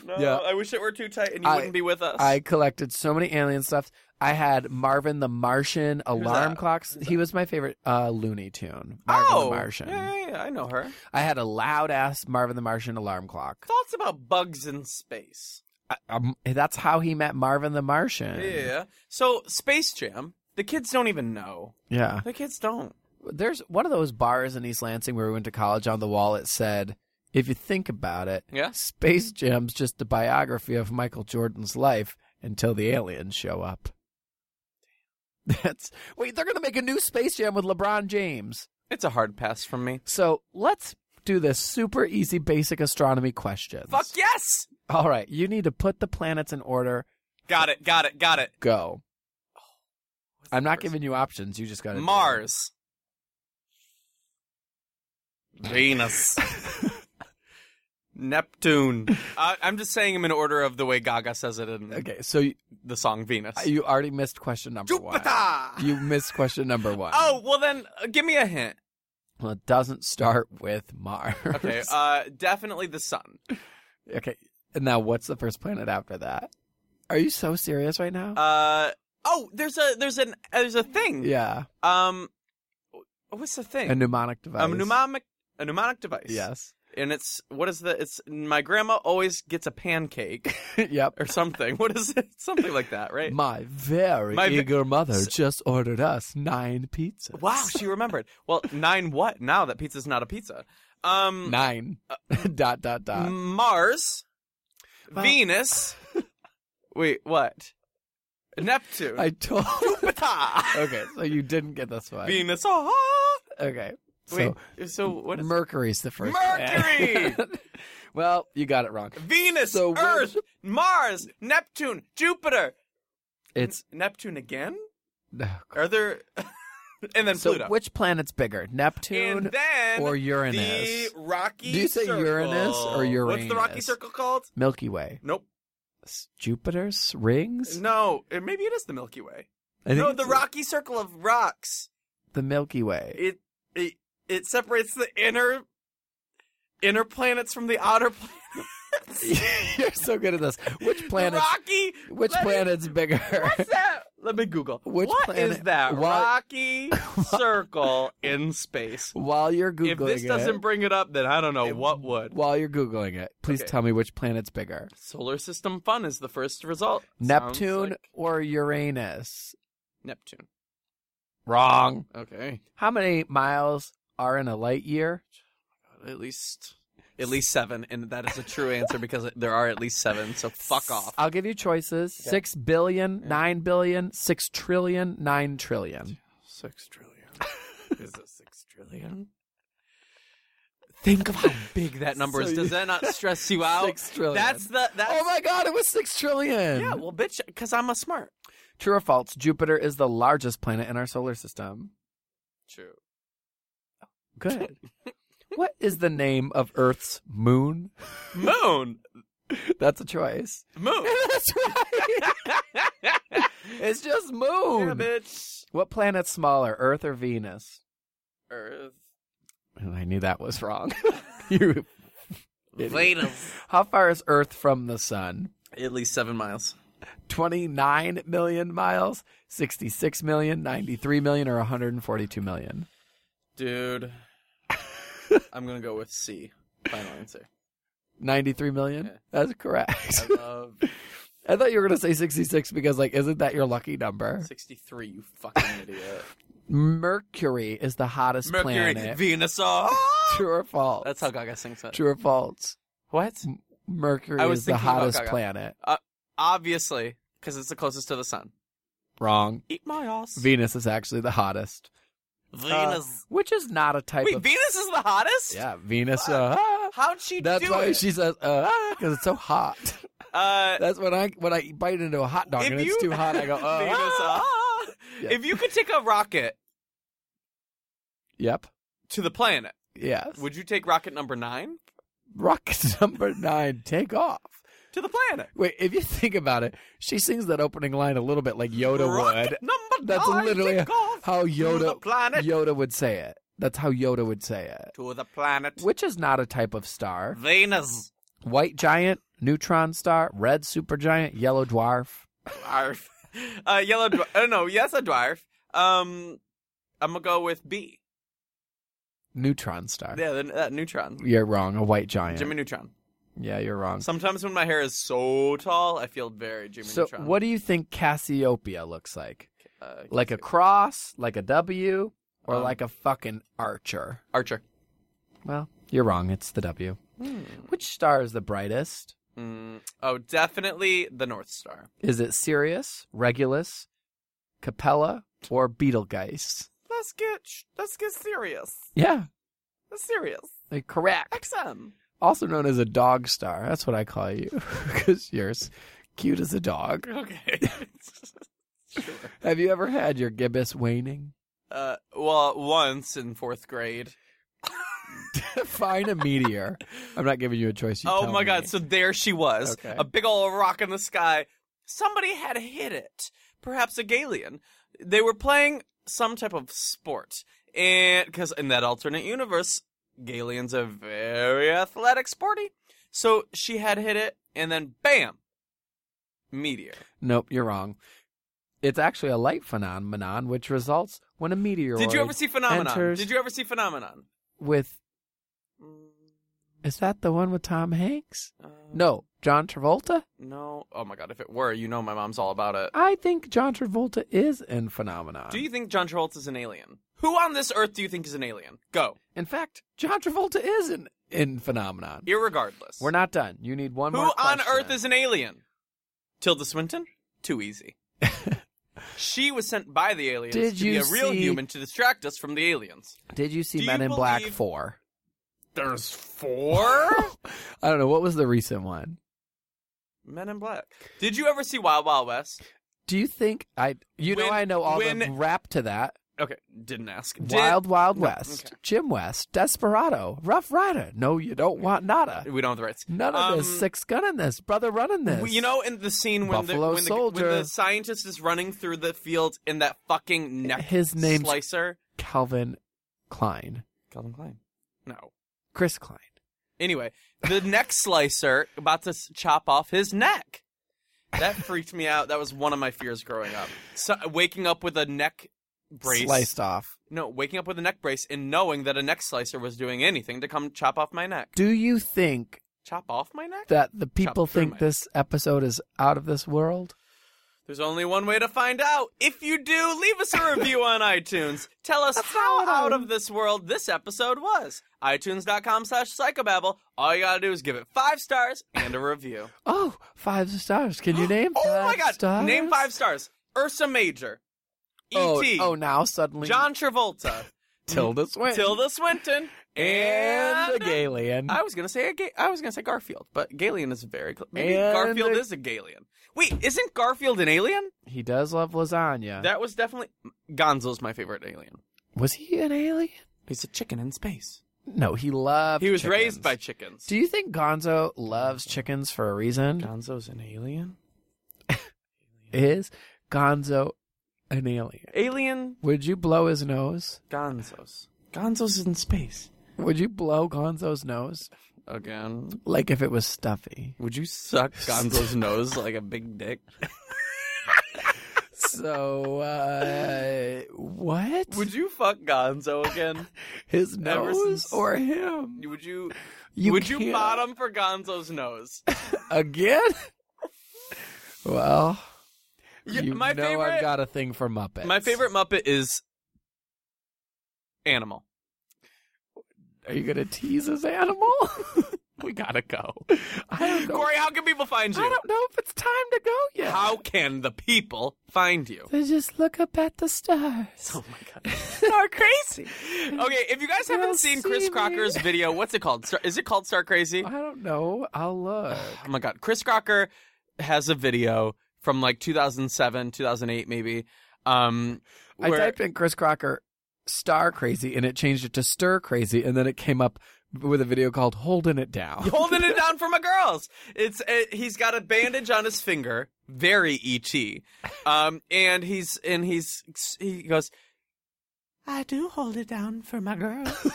Speaker 1: No,
Speaker 2: Yeah.
Speaker 1: I wish it were too tight and you
Speaker 2: I-
Speaker 1: wouldn't be with us.
Speaker 2: I collected so many alien stuff. I had Marvin the Martian alarm
Speaker 1: that?
Speaker 2: clocks. He was my favorite uh, Looney Tune. Marvin
Speaker 1: oh,
Speaker 2: the Martian.
Speaker 1: Yeah, yeah, yeah, I know her.
Speaker 2: I had a loud ass Marvin the Martian alarm clock.
Speaker 1: Thoughts about bugs in space.
Speaker 2: I- um, that's how he met Marvin the Martian.
Speaker 1: Yeah. So, Space Jam, the kids don't even know.
Speaker 2: Yeah.
Speaker 1: The kids don't.
Speaker 2: There's one of those bars in East Lansing where we went to college on the wall. It said, if you think about it,
Speaker 1: Yeah.
Speaker 2: Space Jam's just a biography of Michael Jordan's life until the aliens show up. That's wait, they're gonna make a new Space Jam with LeBron James.
Speaker 1: It's a hard pass from me.
Speaker 2: So let's do this super easy basic astronomy question.
Speaker 1: Fuck yes!
Speaker 2: All right, you need to put the planets in order.
Speaker 1: Got it, got it, got it.
Speaker 2: Go.
Speaker 1: What's
Speaker 2: I'm
Speaker 1: the
Speaker 2: not
Speaker 1: first
Speaker 2: giving you options. You just got to
Speaker 1: Mars. Venus. Neptune. I Uh, I'm just saying them in order of the way Gaga says it in
Speaker 2: Okay, so you,
Speaker 1: the song Venus.
Speaker 2: you already missed question number one. You missed question number one.
Speaker 1: Oh, well then, uh, give me a hint.
Speaker 2: well, it doesn't start with Mars.
Speaker 1: Okay, uh, definitely the sun.
Speaker 2: okay. And now, what's the first planet after that? Are you so serious right now?
Speaker 1: Uh, oh, there's a there's an there's a thing.
Speaker 2: yeah,
Speaker 1: Um, what's the thing?
Speaker 2: a mnemonic device.
Speaker 1: A mnemonic a mnemonic device.
Speaker 2: Yes.
Speaker 1: And it's what is the it's my grandma always gets a pancake
Speaker 2: yep.
Speaker 1: or something. What is it? Something like that, right?
Speaker 2: My very
Speaker 1: My ve-
Speaker 2: eager mother
Speaker 1: S-
Speaker 2: just ordered us nine pizzas.
Speaker 1: Wow, she remembered. Well, nine what? Now that pizza's not a pizza. Um,
Speaker 2: Nine. dot dot
Speaker 1: Mm.
Speaker 2: dot.
Speaker 1: Mars,
Speaker 2: Well-
Speaker 1: Venus. Wait, what? Neptune.
Speaker 2: I told.
Speaker 1: Pata.
Speaker 2: okay, so you didn't get this one.
Speaker 1: Venus. ah.
Speaker 2: okay. So
Speaker 1: Wait. So what is
Speaker 2: Mercury's the first.
Speaker 1: Mercury!
Speaker 2: planet. well, you got it wrong.
Speaker 1: Venus,
Speaker 2: So what-
Speaker 1: Earth, Mars, Neptune, Jupiter.
Speaker 2: It's
Speaker 1: Neptune again?
Speaker 2: oh, God.
Speaker 1: Are there? and then
Speaker 2: so.
Speaker 1: Pluto.
Speaker 2: Which planet's bigger, Neptune
Speaker 1: and then
Speaker 2: or Uranus?
Speaker 1: the Rocky.
Speaker 2: Do you say
Speaker 1: Circle.
Speaker 2: Uranus or
Speaker 1: What's the Rocky
Speaker 2: Uranus?
Speaker 1: Circle called?
Speaker 2: Milky Way,
Speaker 1: Nope.
Speaker 2: S- Jupiter's rings.
Speaker 1: No, it, maybe it is the Milky Way.
Speaker 2: I think
Speaker 1: no,
Speaker 2: it's
Speaker 1: the rocky circle of rocks.
Speaker 2: The Milky Way.
Speaker 1: It it it separates the inner inner planets from the outer planets.
Speaker 2: You're so good at this. Which planet?
Speaker 1: The rocky.
Speaker 2: Which
Speaker 1: let me-
Speaker 2: planet's bigger?
Speaker 1: What's that? Let me Google.
Speaker 2: Which
Speaker 1: What
Speaker 2: planet-
Speaker 1: is that
Speaker 2: why-
Speaker 1: rocky circle in space?
Speaker 2: While you're googling
Speaker 1: if this
Speaker 2: it,
Speaker 1: doesn't bring it up, then I don't know what would.
Speaker 2: while you're googling it, please
Speaker 1: Okay.
Speaker 2: tell me which planet's bigger,
Speaker 1: Solar system fun is the first result. Sounds
Speaker 2: Neptune
Speaker 1: like
Speaker 2: or Uranus?
Speaker 1: Neptune.
Speaker 2: Wrong.
Speaker 1: Okay.
Speaker 2: How many miles are in a light year?
Speaker 1: At least at least 7 and that is a true answer because there are at least 7, so fuck off.
Speaker 2: I'll give you choices:
Speaker 1: Okay.
Speaker 2: six billion,
Speaker 1: Yeah.
Speaker 2: nine billion, six trillion, nine trillion.
Speaker 1: 6 trillion. is it 6 trillion? Think of how big that number
Speaker 2: So
Speaker 1: is. Does
Speaker 2: you-
Speaker 1: that not stress you out?
Speaker 2: Six trillion.
Speaker 1: That's the that's
Speaker 2: oh my god! It was six trillion.
Speaker 1: Yeah, well bitch cuz I'm a smart.
Speaker 2: True or false? Jupiter is the largest planet in our solar system.
Speaker 1: True.
Speaker 2: Good. what is the name of Earth's moon?
Speaker 1: Moon.
Speaker 2: That's a choice.
Speaker 1: Moon.
Speaker 2: That's right. it's just
Speaker 1: yeah,
Speaker 2: moon.
Speaker 1: bitch.
Speaker 2: what planet's smaller, Earth or Venus?
Speaker 1: Earth.
Speaker 2: And I knew that was wrong. you. idiot.
Speaker 1: Venus.
Speaker 2: How far is Earth from the sun?
Speaker 1: At least 7 miles.
Speaker 2: 29 million miles, 66 million, 93 million, or 142 million?
Speaker 1: Dude. I'm going to go with C. Final answer.
Speaker 2: 93 million?
Speaker 1: Yeah.
Speaker 2: That's correct.
Speaker 1: I love
Speaker 2: I thought you were going to say 66 because, like, isn't that your lucky number?
Speaker 1: 63, you fucking idiot.
Speaker 2: Mercury is the hottest planet.
Speaker 1: Venus. Oh!
Speaker 2: True or false?
Speaker 1: That's how Gaga sings that.
Speaker 2: True or false?
Speaker 1: What?
Speaker 2: Mercury
Speaker 1: I was
Speaker 2: is the
Speaker 1: thinking about
Speaker 2: hottest
Speaker 1: Gaga.
Speaker 2: planet.
Speaker 1: Obviously, because it's the closest to the sun.
Speaker 2: Wrong.
Speaker 1: Eat my ass.
Speaker 2: Venus is actually the hottest,
Speaker 1: Venus.
Speaker 2: Uh, which is not a uh, type
Speaker 1: Wait,
Speaker 2: of.
Speaker 1: Venus is the hottest?
Speaker 2: yeah, Venus. Uh, ah.
Speaker 1: How'd she
Speaker 2: That's
Speaker 1: do
Speaker 2: why
Speaker 1: it?
Speaker 2: she says uh, because it's so hot.
Speaker 1: uh,
Speaker 2: That's when I when I bite into a hot dog
Speaker 1: if
Speaker 2: and
Speaker 1: you...
Speaker 2: it's too hot. I go. Uh,
Speaker 1: Venus.
Speaker 2: ah.
Speaker 1: ah.
Speaker 2: Yeah.
Speaker 1: If you could take a rocket
Speaker 2: Yep.
Speaker 1: to the planet,
Speaker 2: Yes.
Speaker 1: would you take rocket number nine
Speaker 2: Rocket number nine, take off.
Speaker 1: to the planet?
Speaker 2: Wait, if you think about it, she sings that opening line a little bit like Yoda
Speaker 1: rocket
Speaker 2: would.
Speaker 1: number
Speaker 2: That's
Speaker 1: nine.
Speaker 2: literally
Speaker 1: take off
Speaker 2: How
Speaker 1: to the
Speaker 2: Yoda
Speaker 1: planet.
Speaker 2: Yoda would say it. That's how Yoda would say it.
Speaker 1: To the planet.
Speaker 2: Which is not a type of star.
Speaker 1: Venus.
Speaker 2: White giant, neutron star, red supergiant, yellow dwarf.
Speaker 1: Dwarf. Uh, yellow dwarf. Oh, no, yes, a dwarf. Um, I'm gonna go with B.
Speaker 2: Neutron star.
Speaker 1: Yeah, the, that neutron.
Speaker 2: You're wrong. A white giant.
Speaker 1: Jimmy Neutron.
Speaker 2: Yeah, you're wrong.
Speaker 1: Sometimes when my hair is so tall, I feel very Jimmy
Speaker 2: So,
Speaker 1: Neutron.
Speaker 2: what do you think Cassiopeia looks like?
Speaker 1: Uh,
Speaker 2: Like a cross, like a W, or
Speaker 1: Um,
Speaker 2: like a fucking archer?
Speaker 1: Archer.
Speaker 2: Well, you're wrong. It's the W.
Speaker 1: Hmm.
Speaker 2: Which star is the brightest?
Speaker 1: Mm. Oh, definitely the North Star.
Speaker 2: Is it Sirius, Regulus, Capella, or Betelgeuse?
Speaker 1: Let's get let's get serious.
Speaker 2: Yeah,
Speaker 1: Let's serious.
Speaker 2: like, correct.
Speaker 1: XM.
Speaker 2: Also known as a dog star. That's what I call you because you're as cute as a dog.
Speaker 1: Okay. sure.
Speaker 2: Have you ever had your gibbous waning?
Speaker 1: Uh, well, once in fourth grade.
Speaker 2: Find a meteor. I'm not giving you a choice. You
Speaker 1: oh
Speaker 2: tell
Speaker 1: my god,
Speaker 2: me.
Speaker 1: so there she was.
Speaker 2: Okay.
Speaker 1: A big old rock in the sky. Somebody had hit it. Perhaps a Galian. They were playing some type of sport. And because in that alternate universe, Galians are very athletic sporty. So she had hit it and then bam. Meteor.
Speaker 2: Nope, you're wrong. It's actually a light phenomenon which results when a meteor
Speaker 1: Did you ever see Phenomenon?
Speaker 2: enters-
Speaker 1: Did you ever see Phenomenon?
Speaker 2: with
Speaker 1: Mm,
Speaker 2: is that the one with Tom Hanks?
Speaker 1: uh,
Speaker 2: No, John Travolta?
Speaker 1: No. Oh my god, if it were, you know my mom's all about it.
Speaker 2: I think John Travolta is in phenomenon.
Speaker 1: Do you think John Travolta's an alien? Who on this earth do you think is an alien? Go.
Speaker 2: In fact, John Travolta is in, in phenomenon.
Speaker 1: Irregardless.
Speaker 2: We're not done. You need one
Speaker 1: Who
Speaker 2: more.
Speaker 1: on
Speaker 2: question.
Speaker 1: earth is an alien? Tilda Swinton? Too easy. she was sent by the aliens
Speaker 2: Did
Speaker 1: to
Speaker 2: you
Speaker 1: be a real
Speaker 2: see-
Speaker 1: human to distract us from the aliens.
Speaker 2: Did you see
Speaker 1: Do
Speaker 2: Men
Speaker 1: you
Speaker 2: in Black
Speaker 1: believe-
Speaker 2: Four?
Speaker 1: There's four
Speaker 2: I don't know what was the recent one.
Speaker 1: Men in Black. Did you ever see Wild Wild West?
Speaker 2: Do you think I? You know
Speaker 1: When-
Speaker 2: I know all the
Speaker 1: when-
Speaker 2: rap to that.
Speaker 1: Okay, didn't ask. Did-
Speaker 2: Wild Wild West,
Speaker 1: okay.
Speaker 2: Jim West, Desperado, Rough Rider. No, you don't want nada.
Speaker 1: we don't have the rights.
Speaker 2: None of this.
Speaker 1: Um,
Speaker 2: Six gun in this. Brother running this.
Speaker 1: We- You know, in the scene when the,
Speaker 2: Buffalo
Speaker 1: when, the, when
Speaker 2: Soldier.
Speaker 1: the scientist is running through the field in that fucking neck
Speaker 2: His name's-
Speaker 1: slicer,
Speaker 2: Calvin Klein,
Speaker 1: Calvin Klein. No.
Speaker 2: Chris Klein.
Speaker 1: Anyway, the neck slicer about to s- chop off his neck, That freaked me out. That was one of my fears growing up. So, waking up with a neck brace.
Speaker 2: Sliced off.
Speaker 1: No, waking up with a neck brace and knowing that a neck slicer was doing anything to come chop off my neck.
Speaker 2: Do you think
Speaker 1: Chop off my neck?
Speaker 2: that the people
Speaker 1: through
Speaker 2: think
Speaker 1: my-
Speaker 2: this episode is out of this world?
Speaker 1: There's only one way to find out. If you do, leave us a review on iTunes. Tell us how out of this world this episode was. iTunes.com slash psychobabble. All you gotta do is give it five stars and a review.
Speaker 2: Oh, five stars. Can you name
Speaker 1: oh
Speaker 2: five
Speaker 1: my god.
Speaker 2: stars?
Speaker 1: Name five stars. Ursa Major.
Speaker 2: Oh,
Speaker 1: E.T.
Speaker 2: oh, now suddenly
Speaker 1: John Travolta.
Speaker 2: Tilda Swinton.
Speaker 1: Tilda Swinton.
Speaker 2: and a Galen.
Speaker 1: I was gonna say a ga- I was gonna say Garfield, but Galen is very cl- maybe
Speaker 2: And
Speaker 1: Garfield
Speaker 2: a-
Speaker 1: is a Galen. Wait, isn't Garfield an alien?
Speaker 2: He does love lasagna.
Speaker 1: That was definitely Gonzo's my favorite alien.
Speaker 2: was he an alien?
Speaker 1: He's a chicken in space.
Speaker 2: No, he loved.
Speaker 1: He was
Speaker 2: chickens.
Speaker 1: raised by chickens.
Speaker 2: Do you think Gonzo loves chickens for a reason?
Speaker 1: Gonzo's an alien.
Speaker 2: Is Gonzo an alien?
Speaker 1: Alien
Speaker 2: Would you blow his nose?
Speaker 1: Gonzo's. Gonzo's in space
Speaker 2: Would you blow Gonzo's nose
Speaker 1: again.
Speaker 2: like if it was stuffy?
Speaker 1: Would you suck Gonzo's nose like a big dick?
Speaker 2: So, uh, what?
Speaker 1: Would you fuck Gonzo again?
Speaker 2: his
Speaker 1: ever
Speaker 2: nose
Speaker 1: since-
Speaker 2: or him?
Speaker 1: Would you?
Speaker 2: You
Speaker 1: would you
Speaker 2: can't-
Speaker 1: bottom for Gonzo's nose?
Speaker 2: again? well,
Speaker 1: Yeah,
Speaker 2: you
Speaker 1: my
Speaker 2: know
Speaker 1: favorite.
Speaker 2: I've got a thing for Muppets.
Speaker 1: my favorite Muppet is animal.
Speaker 2: Are you gonna tease his animal?
Speaker 1: We gotta go.
Speaker 2: I don't know.
Speaker 1: Corey, how can people find
Speaker 2: I
Speaker 1: you?
Speaker 2: don't know if it's time to go yet.
Speaker 1: How can the people find you?
Speaker 2: They just look up at the stars.
Speaker 1: Oh my god. Star Crazy. Okay, if you guys haven't
Speaker 2: You'll
Speaker 1: seen
Speaker 2: see
Speaker 1: Chris
Speaker 2: me.
Speaker 1: Crocker's video, what's it called? Star- is it called Star Crazy?
Speaker 2: I don't know. I'll look.
Speaker 1: Oh my god. Chris Crocker has a video from like 2007, 2008 maybe. Um
Speaker 2: I
Speaker 1: where-
Speaker 2: typed in Chris Crocker star crazy and it changed it to stir crazy and then it came up with a video called Holding It Down.
Speaker 1: holding it down for my girls. It's uh, he's got a bandage on his finger, very et. Um, and he's and he's he goes, I do hold it down for my girls.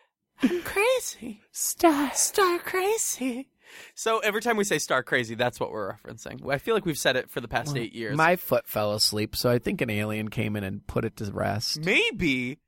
Speaker 1: I'm crazy,
Speaker 2: Star.
Speaker 1: star crazy. So every time we say star crazy, that's what we're referencing. I feel like we've said it for the past eight years.
Speaker 2: My foot fell asleep, so I think an alien came in and put it to rest.
Speaker 1: maybe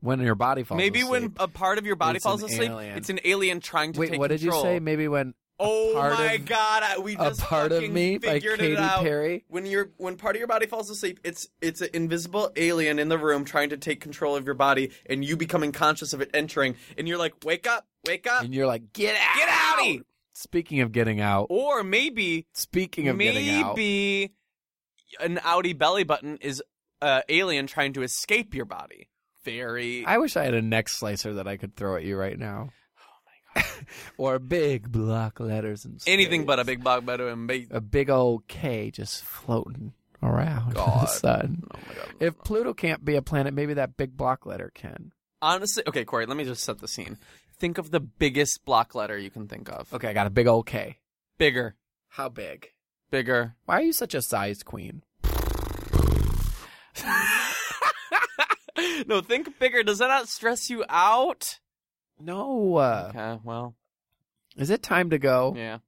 Speaker 2: When your body falls
Speaker 1: maybe
Speaker 2: asleep.
Speaker 1: when a part of your body
Speaker 2: It's
Speaker 1: falls
Speaker 2: an
Speaker 1: asleep,
Speaker 2: alien.
Speaker 1: it's an alien trying to
Speaker 2: Wait,
Speaker 1: take
Speaker 2: what did you
Speaker 1: control.
Speaker 2: say? Maybe when
Speaker 1: Oh
Speaker 2: part
Speaker 1: my
Speaker 2: of-
Speaker 1: god, I, we
Speaker 2: A
Speaker 1: just
Speaker 2: Part of
Speaker 1: fucking
Speaker 2: Me by
Speaker 1: figured
Speaker 2: Katy
Speaker 1: it out.
Speaker 2: Perry.
Speaker 1: When you're when part of your body falls asleep, it's it's an invisible alien in the room trying to take control of your body, and you becoming conscious of it entering, and you're like, wake up, wake up,
Speaker 2: And you're like, get out.
Speaker 1: get out! here!"
Speaker 2: Speaking of getting out.
Speaker 1: Or maybe
Speaker 2: Speaking of getting out.
Speaker 1: maybe an outie belly button is uh, alien trying to escape your body. Very
Speaker 2: I wish I had a neck slicer that I could throw at you right now. or big block letters and
Speaker 1: Oh anything but a
Speaker 2: space.
Speaker 1: big bug better and big.
Speaker 2: a big old K just floating around the
Speaker 1: God.
Speaker 2: sun.
Speaker 1: Oh my god!
Speaker 2: If Pluto can't be a planet, maybe that big block letter can.
Speaker 1: Honestly, okay, Corey, let me just set the scene. Think of the biggest block letter you can think of.
Speaker 2: Okay, I got a big old K.
Speaker 1: Bigger,
Speaker 2: How big?
Speaker 1: bigger.
Speaker 2: Why are you such a size queen?
Speaker 1: no, think bigger. Does that not stress you out?
Speaker 2: No. Uh,
Speaker 1: Okay, well,
Speaker 2: Is it time to go?
Speaker 1: yeah.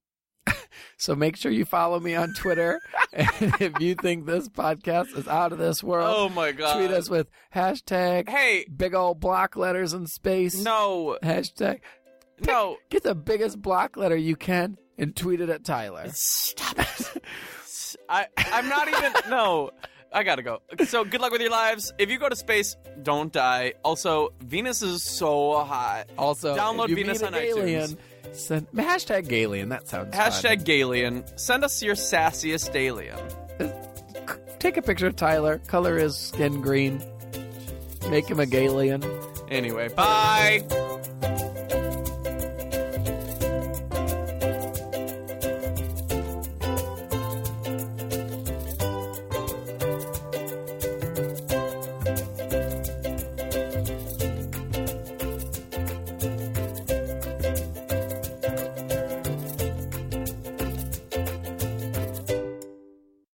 Speaker 2: So make sure you follow me on Twitter. and if you think this podcast is out of this world,
Speaker 1: Oh my god.
Speaker 2: tweet us with hashtag
Speaker 1: Hey,
Speaker 2: big old block letters in space.
Speaker 1: no,
Speaker 2: Hashtag
Speaker 1: no.
Speaker 2: get the biggest block letter you can and tweet it at Tyler.
Speaker 1: Stop it. I, I'm not even. No. I gotta go. So good luck with your lives. If you go to space, don't die. Also, Venus is so hot.
Speaker 2: Also,
Speaker 1: Download
Speaker 2: if you
Speaker 1: Venus
Speaker 2: meet
Speaker 1: on
Speaker 2: an alien, Send, hashtag Galian. That sounds
Speaker 1: Hashtag Galian. Send us your sassiest alien.
Speaker 2: fun. Take a picture of Tyler. Color his skin green. Make him a Galian.
Speaker 1: Anyway, bye.